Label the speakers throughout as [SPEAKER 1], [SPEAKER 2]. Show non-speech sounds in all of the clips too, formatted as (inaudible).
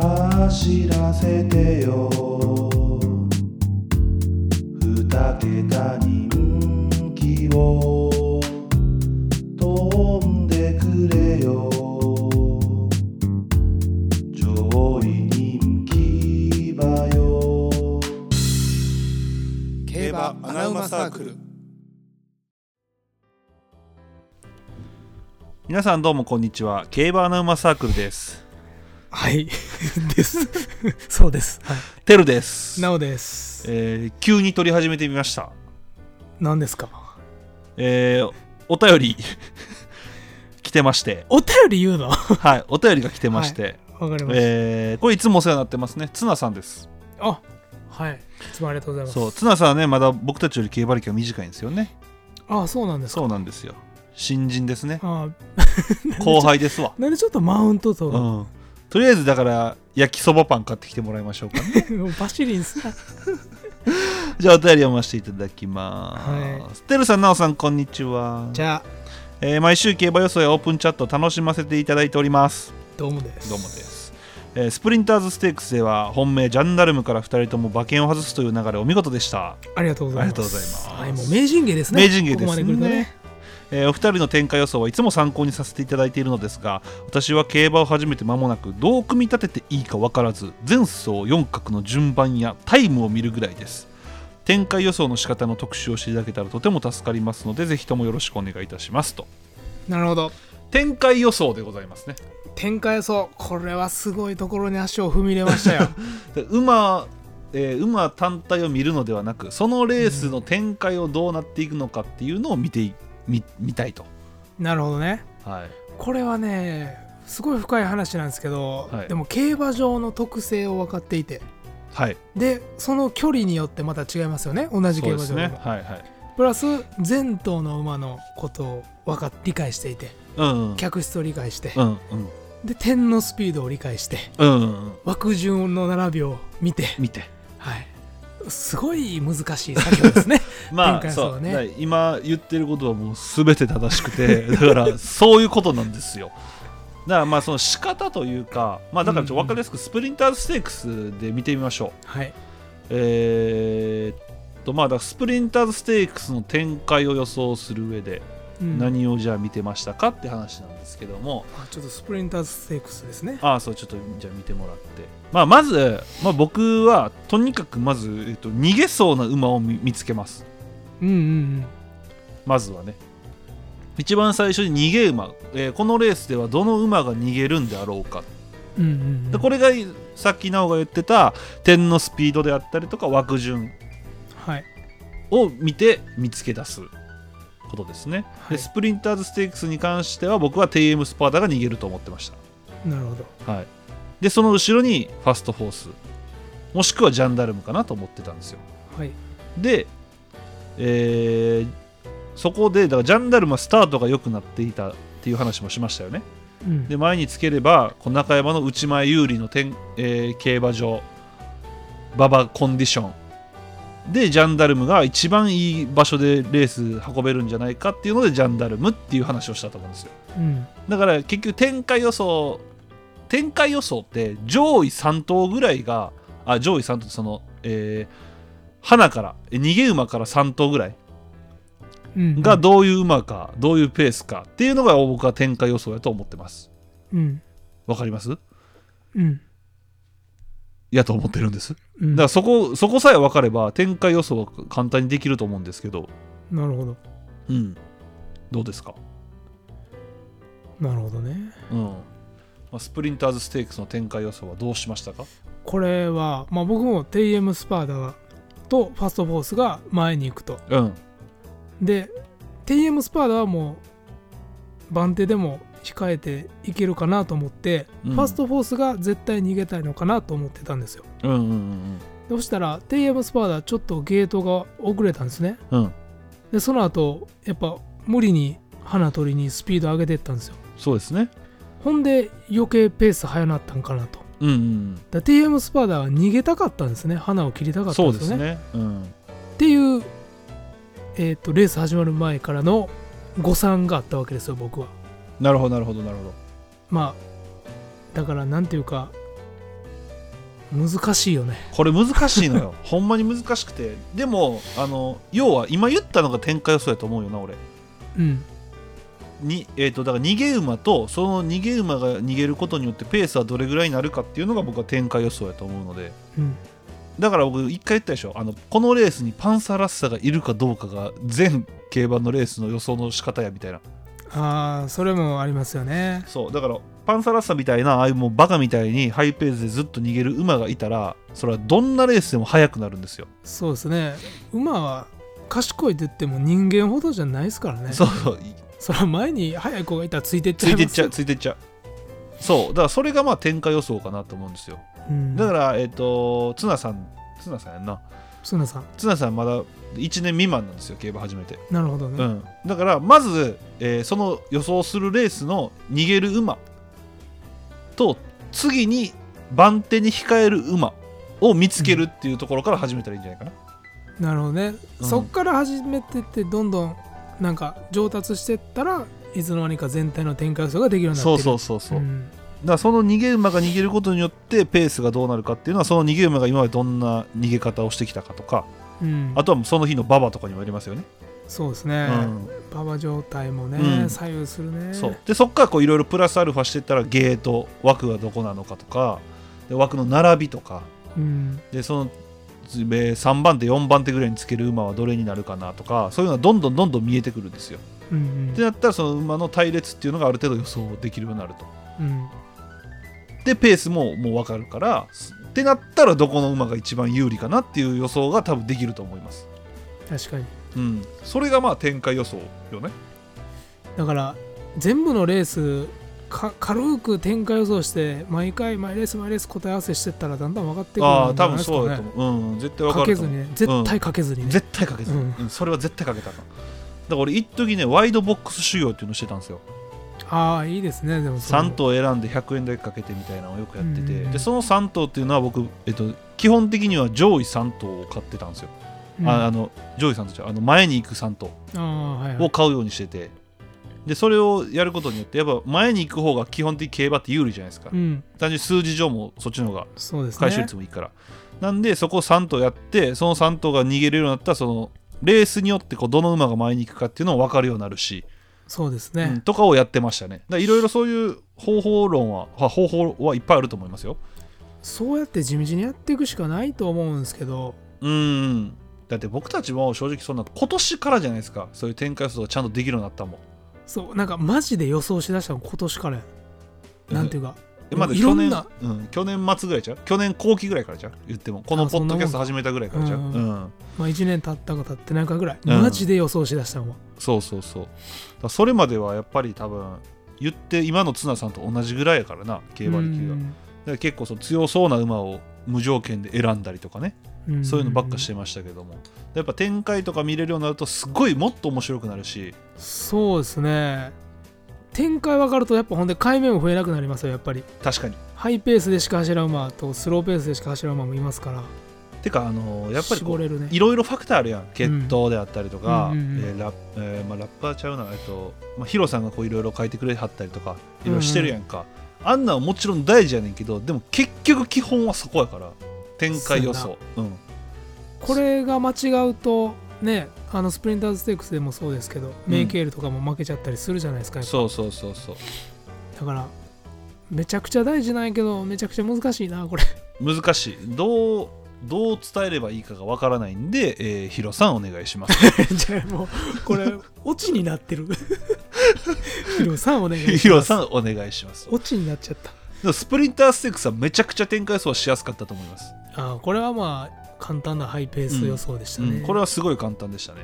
[SPEAKER 1] 走らせてよ二桁人気を飛んでくれよ上位人気馬よ
[SPEAKER 2] 競馬アナウマサークル
[SPEAKER 3] 皆さんどうもこんにちは競馬アナウマサークルです
[SPEAKER 4] (laughs) はい。です。 (laughs) そうです。は
[SPEAKER 3] テルです
[SPEAKER 4] い。なおです。
[SPEAKER 3] えー急に撮り始めてみました
[SPEAKER 4] 何ですか
[SPEAKER 3] えーお便り (laughs) 来てまして
[SPEAKER 4] お便り言うの (laughs) わ
[SPEAKER 3] はいお便りが来てまして、
[SPEAKER 4] かりました。
[SPEAKER 3] えーこれいつもお世話になってますねツナさんです
[SPEAKER 4] あはい。いつもありがとうございます。
[SPEAKER 3] そうツナさんはねまだ僕たちより競馬歴が短いんですよね
[SPEAKER 4] あそうなんですか。
[SPEAKER 3] そうなんですよ新人です
[SPEAKER 4] (laughs)
[SPEAKER 3] ね
[SPEAKER 4] あ
[SPEAKER 3] 後輩ですわ
[SPEAKER 4] なんでちょっとマウント (laughs) と、
[SPEAKER 3] うんとりあえずだから焼きそばパン買ってきてもらいましょうか
[SPEAKER 4] (laughs)
[SPEAKER 3] ね
[SPEAKER 4] バシリン
[SPEAKER 3] (laughs)
[SPEAKER 4] すな。
[SPEAKER 3] じゃあお便り読ませていただきます、
[SPEAKER 4] は
[SPEAKER 3] テルさんナオさんこんにちは
[SPEAKER 4] じゃあ、
[SPEAKER 3] えー毎週競馬予想やオープンチャットを楽しませていただいております
[SPEAKER 4] どうもです。
[SPEAKER 3] どうもで。す、えースプリンターズステークスでは本命ジャンダルムから2人とも馬券を外すという流れお見事でした、
[SPEAKER 4] ありがとうございま
[SPEAKER 3] あ
[SPEAKER 4] す。
[SPEAKER 3] りがとうございます
[SPEAKER 4] はい、もう名人芸ですね。
[SPEAKER 3] 名人芸ですね
[SPEAKER 4] ここまで来るとね。
[SPEAKER 3] えーお二人の展開予想はいつも参考にさせていただいているのですが私は競馬を始めて間もなくどう組み立てていいか分からず前走4角の順番やタイムを見るぐらいです展開予想の仕方の特集をしていただけたらとても助かりますのでぜひともよろしくお願いいたしますと
[SPEAKER 4] なるほど。
[SPEAKER 3] 展開予想でございますね
[SPEAKER 4] 展開そう。これはすごいところに足を踏み入れました
[SPEAKER 3] (laughs)
[SPEAKER 4] よ。
[SPEAKER 3] で馬、えー馬単体を見るのではなくそのレースの展開をどうなっていくのかっていうのを見てい見見たいと、
[SPEAKER 4] なるほどね。
[SPEAKER 3] はい、
[SPEAKER 4] これはね、すごい深い話なんですけど、
[SPEAKER 3] はい
[SPEAKER 4] でも競馬場の特性を分かっていて。
[SPEAKER 3] はい
[SPEAKER 4] でその距離によってまた違いますよね同じ
[SPEAKER 3] そう
[SPEAKER 4] 競
[SPEAKER 3] で
[SPEAKER 4] 馬
[SPEAKER 3] す
[SPEAKER 4] 場
[SPEAKER 3] ね
[SPEAKER 4] でも
[SPEAKER 3] はいはい
[SPEAKER 4] プラス前頭の馬のことを分かっ理解していて
[SPEAKER 3] うんうん
[SPEAKER 4] 客室を理解して、
[SPEAKER 3] うん
[SPEAKER 4] で点のスピードを理解して
[SPEAKER 3] うんうんうん
[SPEAKER 4] 枠順の並びを見て、
[SPEAKER 3] 見て
[SPEAKER 4] はい、すごい難しい作業で
[SPEAKER 3] (laughs)
[SPEAKER 4] すね
[SPEAKER 3] ま
[SPEAKER 4] 展
[SPEAKER 3] あ
[SPEAKER 4] 開
[SPEAKER 3] そ
[SPEAKER 4] そうう
[SPEAKER 3] ね
[SPEAKER 4] ね
[SPEAKER 3] 今言ってることはもう全て正しく (laughs) てだからそういうことなんですよだからまあその仕方というかまあだからちょっと分かりやすくスプリンターズステークスで見てみましょう
[SPEAKER 4] はい
[SPEAKER 3] えーっとまあだからスプリンターズステークスの展開を予想する上で
[SPEAKER 4] うん
[SPEAKER 3] 何をじゃあ見てましたかって話なんですけども、
[SPEAKER 4] あちょっとスプリンターズステークスですね
[SPEAKER 3] ああそうちょっとじゃあ見てもらって、まあ、まず、まあ、僕はとにかくまず、えっと、逃げそうな馬を見見つけます
[SPEAKER 4] うんうん
[SPEAKER 3] まずはね一番最初に逃げ馬、えーこのレースではどの馬が逃げるんであろうか
[SPEAKER 4] うんうんうん
[SPEAKER 3] でこ
[SPEAKER 4] れ
[SPEAKER 3] れがさっきなおが言ってた点のスピードであったりとか枠順
[SPEAKER 4] はい
[SPEAKER 3] を見て見つけ出すことですね、
[SPEAKER 4] はい
[SPEAKER 3] でスプリンターズステークスに関しては僕は TM スパーダが逃げると思ってまし
[SPEAKER 4] なるほど
[SPEAKER 3] た、はい、でその後ろにファストフォースもしくはジャンダルムかなと思ってたんですよ
[SPEAKER 4] はい
[SPEAKER 3] で、えーそこでだからジャンダルムはスタートが良くなっていたっていう話もしましたよね
[SPEAKER 4] うん
[SPEAKER 3] で前につければこう中山の内前有利の天、えー競馬場馬場コンディションでジャンダルムが一番いい場所でレース運べるんじゃないかっていうのでジャンダルムっていう話をしたと思うんですよ
[SPEAKER 4] うん
[SPEAKER 3] だから結局展開予想展開予想って上位3頭ぐらいがあ上位3頭ってその、えー花からえ逃げ馬から3頭ぐらい
[SPEAKER 4] うん
[SPEAKER 3] がどういう馬か、どういうペースかっていうのが僕は展開予想やと思ってます
[SPEAKER 4] うん
[SPEAKER 3] わかります
[SPEAKER 4] うん
[SPEAKER 3] やと思ってるんです。だ
[SPEAKER 4] うん
[SPEAKER 3] から
[SPEAKER 4] な
[SPEAKER 3] そこそこさえ分かれば展開予想は簡単にできると思うんですけど、
[SPEAKER 4] るほど
[SPEAKER 3] うん、どうですか、
[SPEAKER 4] なるほどね
[SPEAKER 3] うんまあ、スプリンターズステークスの展開予想はどうしましたか
[SPEAKER 4] これは、まあ、僕も TM スパーダがとファストフォースが前に行くと
[SPEAKER 3] うん
[SPEAKER 4] で TM スパーダはもう番手でも控えていけるかなと思って、
[SPEAKER 3] うん
[SPEAKER 4] ファストフォースが絶対逃げたいのかなと思ってたんですよ
[SPEAKER 3] うんうんうん
[SPEAKER 4] でそしたら TM スパーダちょっとゲートが遅れたんですね
[SPEAKER 3] うんうん
[SPEAKER 4] でその後やっぱ無理に花取りにスピード上げてったんですよ
[SPEAKER 3] そうですね
[SPEAKER 4] ほんで余計ペース速なったんかなと
[SPEAKER 3] うんうん
[SPEAKER 4] だ TM スパーダは逃げたかったんですね花を切りた
[SPEAKER 3] う
[SPEAKER 4] か
[SPEAKER 3] ん
[SPEAKER 4] った
[SPEAKER 3] そ
[SPEAKER 4] ん
[SPEAKER 3] う
[SPEAKER 4] で
[SPEAKER 3] です
[SPEAKER 4] よ
[SPEAKER 3] す
[SPEAKER 4] ね
[SPEAKER 3] ねうん
[SPEAKER 4] っていう、えー、とレース始まる前からの誤算があったわけですよ僕は
[SPEAKER 3] なるほどなるほどなるほど
[SPEAKER 4] まあだからなんていうか難しいよね
[SPEAKER 3] これ難しいの (laughs) よほんまに難しくてでもあの要は今言ったのが展開予想やと思うよな俺
[SPEAKER 4] うん
[SPEAKER 3] にえー、とだから逃げ馬とその逃げ馬が逃げることによってペースはどれぐらいになるかっていうのが僕は展開予想やと思うので
[SPEAKER 4] うん
[SPEAKER 3] だから僕一回言ったでしょあのこのレースにパンサーラッサがいるかどうかが全競馬のレースの予想の仕方やみたいな
[SPEAKER 4] ああそれもありますよね
[SPEAKER 3] そうだからパンサーラッサみたいなああいうもうバカみたいにハイペースでずっと逃げる馬がいたらそれはどんなレースでも速くなるんですよ
[SPEAKER 4] そうですね馬は賢いって言っても人間ほどじゃないですからね
[SPEAKER 3] そうそう
[SPEAKER 4] そら前に速い子がいたらついてっ (laughs) ち
[SPEAKER 3] つ
[SPEAKER 4] ゃ
[SPEAKER 3] い
[SPEAKER 4] います
[SPEAKER 3] てっちゃうついてっちゃうそうだからそれがまあ天下予想かなと思うんですよ
[SPEAKER 4] うん、
[SPEAKER 3] だからえっ、とツナさんツナさんやんな
[SPEAKER 4] 須野さん
[SPEAKER 3] ツナさんまだ1年未満なんですよ競馬始めて、
[SPEAKER 4] なるほど
[SPEAKER 3] う
[SPEAKER 4] ね、
[SPEAKER 3] ん、だからまず、えーその予想するレースの逃げる馬と次に番手に控える馬を見つけるっていうところから始めたらいいんじゃないかな、
[SPEAKER 4] なるほどね、
[SPEAKER 3] うん
[SPEAKER 4] そっから始めてってどんどんなんか上達してったらいつの間にか全体の展開予想ができるようになって
[SPEAKER 3] そ
[SPEAKER 4] る
[SPEAKER 3] うそうそうそう、だか
[SPEAKER 4] ん
[SPEAKER 3] らその逃げ馬が逃げることによってペースがどうなるかっていうのはその逃げ馬が今までどんな逃げ方をしてきたかとか
[SPEAKER 4] うん
[SPEAKER 3] あとはその日の馬場とかにもよりますよね、
[SPEAKER 4] そうですね、
[SPEAKER 3] うん、
[SPEAKER 4] 馬場状態もね、
[SPEAKER 3] うん
[SPEAKER 4] 左右するね
[SPEAKER 3] そうでそっからこういろいろプラスアルファしていったらゲート枠がどこなのかとかで枠の並びとか
[SPEAKER 4] うん、
[SPEAKER 3] でそのえー3番手4番手ぐらいにつける馬はどれになるかなとかそういうのはどんどんどんどん見えてくるんですよ。
[SPEAKER 4] うんうん
[SPEAKER 3] ってなったらその馬の隊列っていうのがある程度予想できるようになると。
[SPEAKER 4] うん
[SPEAKER 3] でペースももう分かるからすってなったらどこの馬が一番有利かなっていう予想が多分できると思います。
[SPEAKER 4] 確かに
[SPEAKER 3] うん、それがまあ展開予想よね。
[SPEAKER 4] だから全部のレースか軽く展開予想して毎回毎レース毎レース答え合わせしてったらだんだん分かってくる
[SPEAKER 3] ああー
[SPEAKER 4] んじゃ
[SPEAKER 3] 多分
[SPEAKER 4] ないです
[SPEAKER 3] そう
[SPEAKER 4] か
[SPEAKER 3] だと
[SPEAKER 4] ね
[SPEAKER 3] 思う。うん絶対分か
[SPEAKER 4] かけ
[SPEAKER 3] ると
[SPEAKER 4] ず
[SPEAKER 3] 思う。
[SPEAKER 4] にね絶対かけずにね
[SPEAKER 3] 絶対かけず、
[SPEAKER 4] う
[SPEAKER 3] うんんそれは絶対かけたらあかんだから俺一時ねワイドボックス修行っていうのしてたんですよ
[SPEAKER 4] ああいいですねでもそれも
[SPEAKER 3] 3頭選んで100円だけかけてみたいなのをよくやって
[SPEAKER 4] うん
[SPEAKER 3] て、
[SPEAKER 4] うんうん
[SPEAKER 3] でその3頭っていうのは僕、えっと、基本的には上位3頭を買ってたんですよ、
[SPEAKER 4] うん
[SPEAKER 3] ああ
[SPEAKER 4] あ
[SPEAKER 3] の上位3頭じゃないあの前に行く3頭
[SPEAKER 4] あはいは
[SPEAKER 3] を
[SPEAKER 4] い
[SPEAKER 3] 買うようにしててでそれをやることによってやっぱ前に行く方が基本的に競馬って有利じゃないですか、
[SPEAKER 4] うん
[SPEAKER 3] 単純に数字上もそっちの方が
[SPEAKER 4] そうですね
[SPEAKER 3] 回収率もいいから、なんでそこを3頭やってその3頭が逃げれるようになったらそのレースによってこうどの馬が前に行くかっていうのも分かるようになるし、
[SPEAKER 4] そうです
[SPEAKER 3] うん
[SPEAKER 4] ね
[SPEAKER 3] とかをやってましたねいろいろそういう方法論はあ方法はいっぱいあると思いますよ
[SPEAKER 4] そうやって地道にやっていくしかないと思うんですけど
[SPEAKER 3] うんだって僕たちも正直そんな今年からじゃないですかそういう展開予想がちゃんとできるようになったもん
[SPEAKER 4] そうなんかマジで予想しだしたの今年からやなんていうか
[SPEAKER 3] えまだ
[SPEAKER 4] いろ
[SPEAKER 3] 去
[SPEAKER 4] ん
[SPEAKER 3] 年
[SPEAKER 4] な
[SPEAKER 3] うん、去年末ぐらいちゃう去年後期ぐらいからちゃう言ってもこの
[SPEAKER 4] あ
[SPEAKER 3] ポ
[SPEAKER 4] そん
[SPEAKER 3] ッ
[SPEAKER 4] なも
[SPEAKER 3] ドキ
[SPEAKER 4] んか
[SPEAKER 3] ャスト始めたぐらいからちゃう
[SPEAKER 4] うん
[SPEAKER 3] うん
[SPEAKER 4] まあ1年経ったか経ってないかぐらい
[SPEAKER 3] うん
[SPEAKER 4] マジで予想しだしたのは
[SPEAKER 3] そうそうそうだからそれまではやっぱり多分言って今の綱さんと同じぐらいやからな競馬力が
[SPEAKER 4] う
[SPEAKER 3] だか
[SPEAKER 4] ん
[SPEAKER 3] ら結構その強そうな馬を無条件で選んだりとかね
[SPEAKER 4] ん
[SPEAKER 3] そういうのばっかしてましたけどもやっぱ展開とか見れるようになるとすごいもっと面白くなるし
[SPEAKER 4] そうですね展開分かるとやっぱほんで回目も増えなくなりますよやっぱり
[SPEAKER 3] 確かに
[SPEAKER 4] ハイペースでしか走らん馬とスローペースでしか走らん馬もいますから
[SPEAKER 3] てかあのーやっぱりこ
[SPEAKER 4] 絞
[SPEAKER 3] う
[SPEAKER 4] れるね
[SPEAKER 3] いろいろファクターあるやん血統であったりとか
[SPEAKER 4] うんうんうんうん
[SPEAKER 3] えーラッえーまあラッパーちゃうなえっとまあヒロさんがこういろいろ書いてくれはったりとかいろいろしてるやんかあんなんはもちろん大事やねんけどでも結局基本はそこやから展開予想うん
[SPEAKER 4] これが間違うとねあのスプリンターズステークスでもそうですけど、メイケールとかも負けちゃったりするじゃないですかやっぱ
[SPEAKER 3] そうそうそうそう
[SPEAKER 4] だからめちゃくちゃ大事なんやけどめちゃくちゃ難しいな
[SPEAKER 3] (laughs)
[SPEAKER 4] これ
[SPEAKER 3] 難しいどうどう伝えればいいかがわからないんで、えーヒロさんお願いします
[SPEAKER 4] じゃあもう (laughs) これオチになってる (laughs) ヒロさんお願いします
[SPEAKER 3] ヒロさんお願いします
[SPEAKER 4] オチになっちゃった
[SPEAKER 3] でもスプリンターステークスはめちゃくちゃ展開予想はしやすかったと思います、
[SPEAKER 4] あーこれはまあ簡単なハイペース予想でしたね、
[SPEAKER 3] うんこれはすごい簡単でしたね、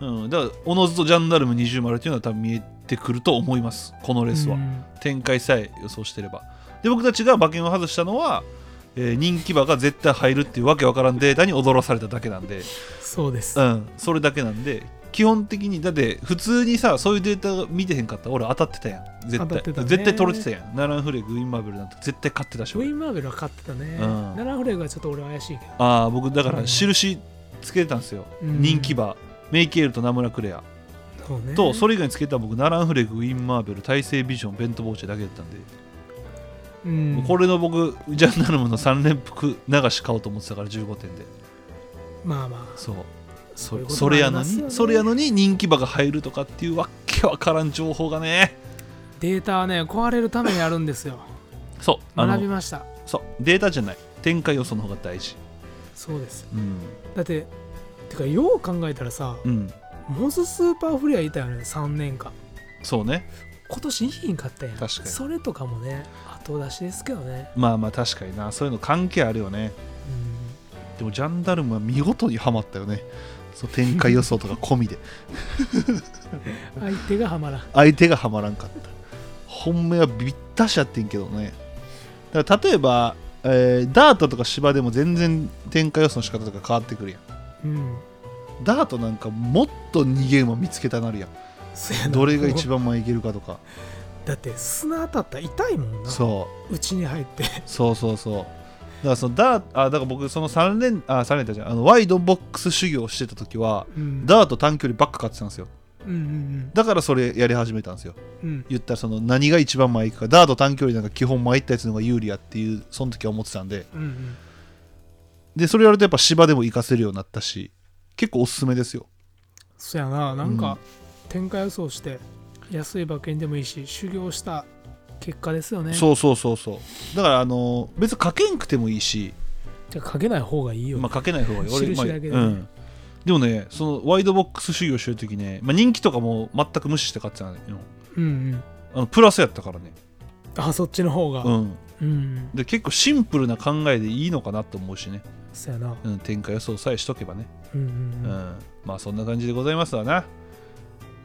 [SPEAKER 3] うん、だからおのずとジャンダルム二重丸というのは多分見えてくると思いますこのレースは、
[SPEAKER 4] うん
[SPEAKER 3] 展開さえ予想してればで僕たちが馬券を外したのは、えー人気馬が絶対入るっていうわけわからんデータに驚されただけなんで、
[SPEAKER 4] そうです、
[SPEAKER 3] うん、それだけなんで基本的にだって普通にさそういうデータ見てへんかったら俺当たってたやん絶
[SPEAKER 4] 当た
[SPEAKER 3] 対
[SPEAKER 4] ってたね
[SPEAKER 3] 絶対取れてたやんナランフレグウィンマーベルなんて絶対勝ってたし
[SPEAKER 4] ウ
[SPEAKER 3] 俺
[SPEAKER 4] ィン・マーベルは勝ってたね、
[SPEAKER 3] うん
[SPEAKER 4] ナラフレグはちょっと俺怪しいけど
[SPEAKER 3] ああ僕だから印つけてたんですよ、
[SPEAKER 4] うん
[SPEAKER 3] 人気馬メイケールとナムラクレア
[SPEAKER 4] そうね
[SPEAKER 3] とそれ以外につけてた僕ナランフレグウィンマーベル大成ビジョンベントボーチェだけだったんで
[SPEAKER 4] ううん、
[SPEAKER 3] これの僕ジャンダルムの3連複流し買おうと思ってたから15点で
[SPEAKER 4] まあまあ
[SPEAKER 3] そうそ
[SPEAKER 4] そういうこと
[SPEAKER 3] それやの
[SPEAKER 4] もあります
[SPEAKER 3] に、
[SPEAKER 4] よね
[SPEAKER 3] それやのに人気馬が入るとかっていうわけわからん情報がね
[SPEAKER 4] データはね壊れるためにあるんですよ
[SPEAKER 3] そうあ
[SPEAKER 4] 学び
[SPEAKER 3] の
[SPEAKER 4] ました
[SPEAKER 3] そうデータじゃない展開予想の方が大事
[SPEAKER 4] そうです
[SPEAKER 3] うん
[SPEAKER 4] だっててかよう考えたらさ
[SPEAKER 3] うん
[SPEAKER 4] モズスーパーフレアいたよね3年間
[SPEAKER 3] そうね
[SPEAKER 4] 今年いい品買ったやん
[SPEAKER 3] 確かに
[SPEAKER 4] それとかもね後出しですけどね
[SPEAKER 3] まあまあ確かになそういうの関係あるよね
[SPEAKER 4] う
[SPEAKER 3] でもジャンダルムは見事にはまったよねそう展開予想とか込みで
[SPEAKER 4] ん相手がハマらん
[SPEAKER 3] 相手がはまらんかった本命はびったしやってんけどねだから例えば、えーダートとか芝でも全然展開予想の仕方とか変わってくるやん
[SPEAKER 4] うん
[SPEAKER 3] ダートなんかもっと逃げ馬見つけたなるやん
[SPEAKER 4] そやな
[SPEAKER 3] どれが一番前いけるかとか
[SPEAKER 4] だって砂当たったら痛いもんな
[SPEAKER 3] そう
[SPEAKER 4] うちに入って
[SPEAKER 3] (laughs) そうそうそうだからそのダーあだから僕その3連あ3連打じゃんあのワイドボックス修行をしてた時は
[SPEAKER 4] うん
[SPEAKER 3] ダート短距離ばっか買ってたんですよ
[SPEAKER 4] うんうん
[SPEAKER 3] だからそれやり始めたんですよ
[SPEAKER 4] うんうん
[SPEAKER 3] 言ったらその何が一番前行くかダート短距離なんか基本前行ったやつの方が有利やっていうその時は思ってたんで
[SPEAKER 4] うんうん
[SPEAKER 3] でそれやるとやっぱ芝でも活かせるようになったし結構おすすめですよ
[SPEAKER 4] そやななん
[SPEAKER 3] うん
[SPEAKER 4] か展開予想して安い馬券でもいいし修行した結果ですよね
[SPEAKER 3] そうそうそうそうだからあの別にかけんくてもいいし
[SPEAKER 4] じゃあかけない方がいいよ、
[SPEAKER 3] まあ、かけない方がいい
[SPEAKER 4] 印
[SPEAKER 3] まあ
[SPEAKER 4] だけでね
[SPEAKER 3] うん、でもねそのワイドボックス修行してる時ね、まあ、人気とかも全く無視して買ってたのよ
[SPEAKER 4] うんうん
[SPEAKER 3] あのプラスやったからね、
[SPEAKER 4] あそっちの方が
[SPEAKER 3] う
[SPEAKER 4] うん、
[SPEAKER 3] ん、で結構シンプルな考えでいいのかなと思うしね、
[SPEAKER 4] そやな
[SPEAKER 3] うん、展開予想さえしとけばね、
[SPEAKER 4] うんうん
[SPEAKER 3] うん
[SPEAKER 4] うん
[SPEAKER 3] まあそんな感じでございますわな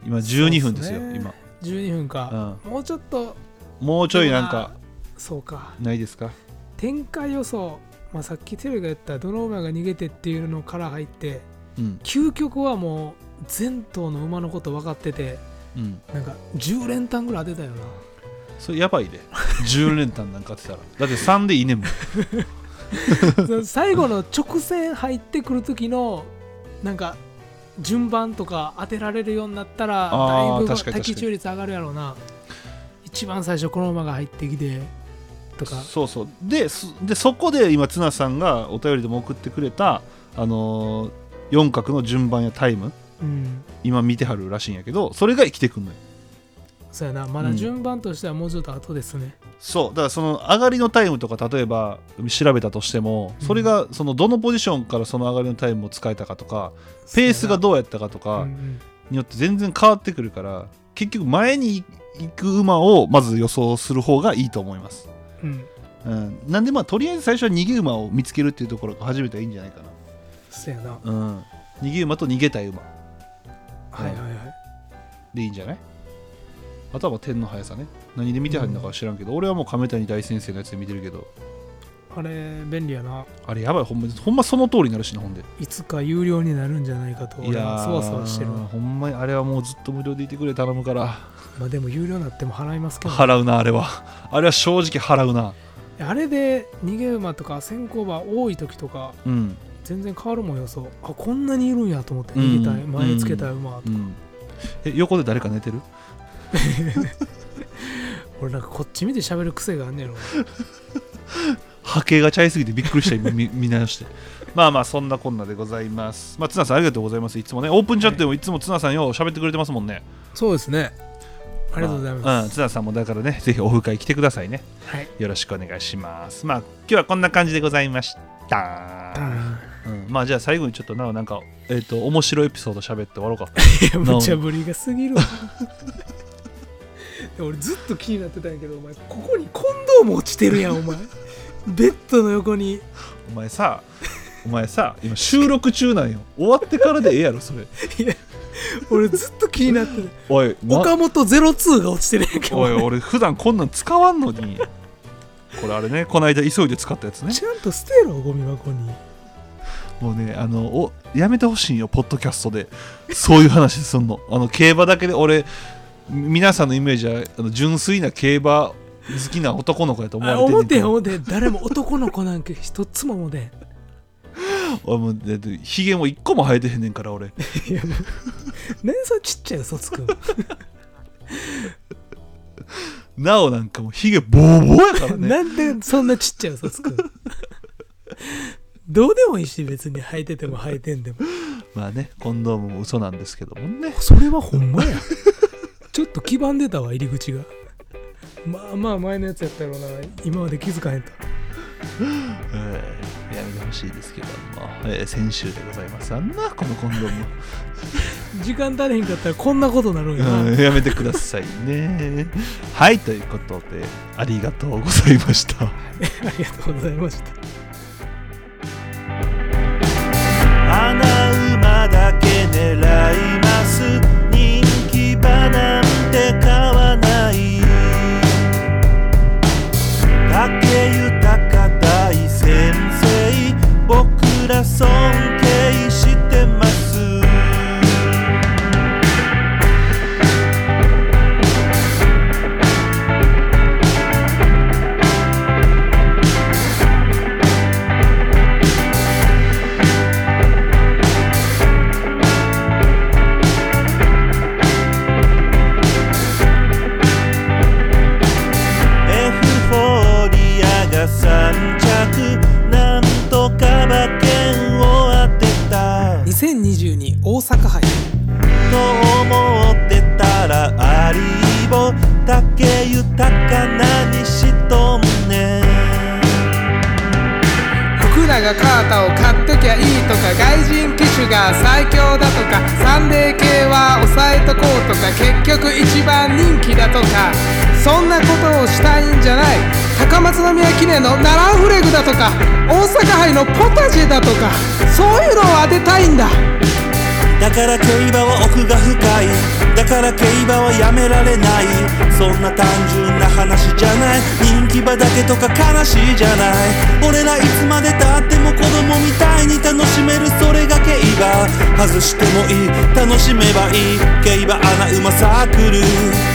[SPEAKER 3] 今12分ですよ
[SPEAKER 4] そうっすね
[SPEAKER 3] 今、
[SPEAKER 4] 12分か、もうちょっと
[SPEAKER 3] もうちょいなんか
[SPEAKER 4] そうか
[SPEAKER 3] ないですか
[SPEAKER 4] 展開予想、まあ、さっきテレが言ったドローマが逃げてっていうのから入って
[SPEAKER 3] うん
[SPEAKER 4] 究極はもう前頭の馬のこと分かってて
[SPEAKER 3] うん
[SPEAKER 4] なんか10連単ぐらい当てたよな
[SPEAKER 3] それやばいで10連単なんかって (laughs) たらだって3でいいねんもん
[SPEAKER 4] その最後の直線入ってくる時のなんか順番とか当てられるようになったら
[SPEAKER 3] あー
[SPEAKER 4] だいぶ
[SPEAKER 3] 確かに確かに
[SPEAKER 4] 的中率上がるやろうな一番最初この馬が入ってきてとか
[SPEAKER 3] そうそうですでそこで今綱さんがお便りでも送ってくれた、あのー、4角の順番やタイム
[SPEAKER 4] うん
[SPEAKER 3] 今見てはるらしいんやけどそれが生きてくんのよ
[SPEAKER 4] そうやなま
[SPEAKER 3] う
[SPEAKER 4] だ
[SPEAKER 3] ん
[SPEAKER 4] 順番としてはもうちょっと後ですね、
[SPEAKER 3] そうだからその上がりのタイムとか例えば調べたとしてもそれがそのどのポジションからその上がりのタイムを使えたかとかペースがどうやったかと
[SPEAKER 4] う
[SPEAKER 3] か
[SPEAKER 4] ん
[SPEAKER 3] によって全然変わってくるから結局前に行く馬をまず予想する方がいいと思います、
[SPEAKER 4] うん、うん、
[SPEAKER 3] うん、なんでまあとりあえず最初は逃げ馬を見つけるっていうところが初めてはいいんじゃないかな
[SPEAKER 4] そうやな、
[SPEAKER 3] うん、逃げ馬と逃げたい馬
[SPEAKER 4] はいはいはい
[SPEAKER 3] でいいんじゃないあとはまあ天の速さね何で見てはるのかは知らんけど、俺はもう亀谷大先生のやつで見てるけど
[SPEAKER 4] あれ便利やな
[SPEAKER 3] あれやばいほんまにほんまその通りになるしなほんで
[SPEAKER 4] いつか有料になるんじゃないかと俺はそわそわしてるわ
[SPEAKER 3] ほんまにあれはもうずっと無料でいてくれ頼むから
[SPEAKER 4] まあでも有料になっても払いますけど
[SPEAKER 3] 払うなあれはあれは正直払うな
[SPEAKER 4] あれで逃げ馬とか先行馬多い時とか
[SPEAKER 3] うん
[SPEAKER 4] 全然変わるもん予想あこんなにいるんやと思って逃げたい、
[SPEAKER 3] うん
[SPEAKER 4] 前につけたい馬、
[SPEAKER 3] うんえ横で誰か寝てる
[SPEAKER 4] 俺なんかこっち見て喋る癖があんねやろ
[SPEAKER 3] 波形がちゃいすぎてびっくりした今 (laughs) 見見直してまあまあそんなこんなでございますまあ綱さんありがとうございますいつもねオープンチャットでもいつも綱さんよう喋ってくれてますもんね
[SPEAKER 4] そうですねありがとうござい
[SPEAKER 3] まあ
[SPEAKER 4] ま
[SPEAKER 3] うん、
[SPEAKER 4] す、
[SPEAKER 3] 津田さんもだからね、ぜひオフ会来てくださいね。
[SPEAKER 4] はい
[SPEAKER 3] よろしくお願いします。まあ、今日はこんな感じでございました。うん、まあ、じゃあ最後にちょっとなおなんか、えっ、と、面白いエピソード喋って終わろうか。
[SPEAKER 4] い
[SPEAKER 3] (laughs)
[SPEAKER 4] や無茶ぶりが過ぎるわ (laughs) でも俺ずっと気になってたんやけどお前ここにコンドーム落ちてるやん
[SPEAKER 3] (laughs)
[SPEAKER 4] お前ベッドの横に
[SPEAKER 3] お前さ、お前さ、今収録中なんよ。終わってからでええやろ、それ。
[SPEAKER 4] 俺ずっと気になってた
[SPEAKER 3] おい、 (laughs) ま
[SPEAKER 4] 岡本02が落ちてるやんけ
[SPEAKER 3] おい、
[SPEAKER 4] お前
[SPEAKER 3] 俺普段こんなん使わんのに。これあれね、この間急いで使ったやつね。
[SPEAKER 4] ちゃんと捨てろゴミ箱に
[SPEAKER 3] もうね、あの、おやめてほしいんよ、ポッドキャストで。そういう話すんの。あの、競馬だけで、俺、皆さんのイメージは、あの純粋な競馬好きな男の子やと思われて
[SPEAKER 4] 思
[SPEAKER 3] る
[SPEAKER 4] て
[SPEAKER 3] け
[SPEAKER 4] ん
[SPEAKER 3] ど。
[SPEAKER 4] 思てん誰も男の子なんか一つも思てん
[SPEAKER 3] 俺もう、だってひげも一個も生えてへんねんから、俺。
[SPEAKER 4] いやもう年相ちっちゃい嘘つくん
[SPEAKER 3] なおなんかもうひげボーボーやからね
[SPEAKER 4] (laughs) なんでそんなちっちゃい嘘つくのどうでもいいし別に履いてても履いてんでも
[SPEAKER 3] まあねコンドームも嘘なんですけどもね
[SPEAKER 4] それはほんまやちょっと黄ばんでたわ入り口がまあまあ前のやつやったろうな今まで気づかへんと
[SPEAKER 3] えーやめてほしいですけども、えー先週でございますあんなこのコンドーム
[SPEAKER 4] 時間足りへんかったらこんなことなるんやな、
[SPEAKER 3] うんやめてくださいね。はい、ということで、ありがとうございました。
[SPEAKER 4] ありがとうございました
[SPEAKER 1] 穴馬だけ狙います人気馬なんて買わない竹豊大先生僕ら尊敬してますエフフォーリアが3着なんとか馬券を当てた
[SPEAKER 4] 2022大阪杯
[SPEAKER 1] と思ってたらアリーボ竹豊かなにしとんね
[SPEAKER 2] 福永カータを買っときゃいいとか外人機種が最強だとかサンデー系は抑えとこうとか結局一番人気だとかそんなことをしたいんじゃない高松宮記念のナランフレグだとか大阪杯のポタジェだとかそういうのを当てたいんだ
[SPEAKER 1] だから競馬は奥が深いだから競馬はやめられないそんな単純な話じゃない人気馬だけとか悲しいじゃない俺らいつまでたっても子供みたいに楽しめるそれが競馬外してもいい楽しめばいい競馬アナウマサークル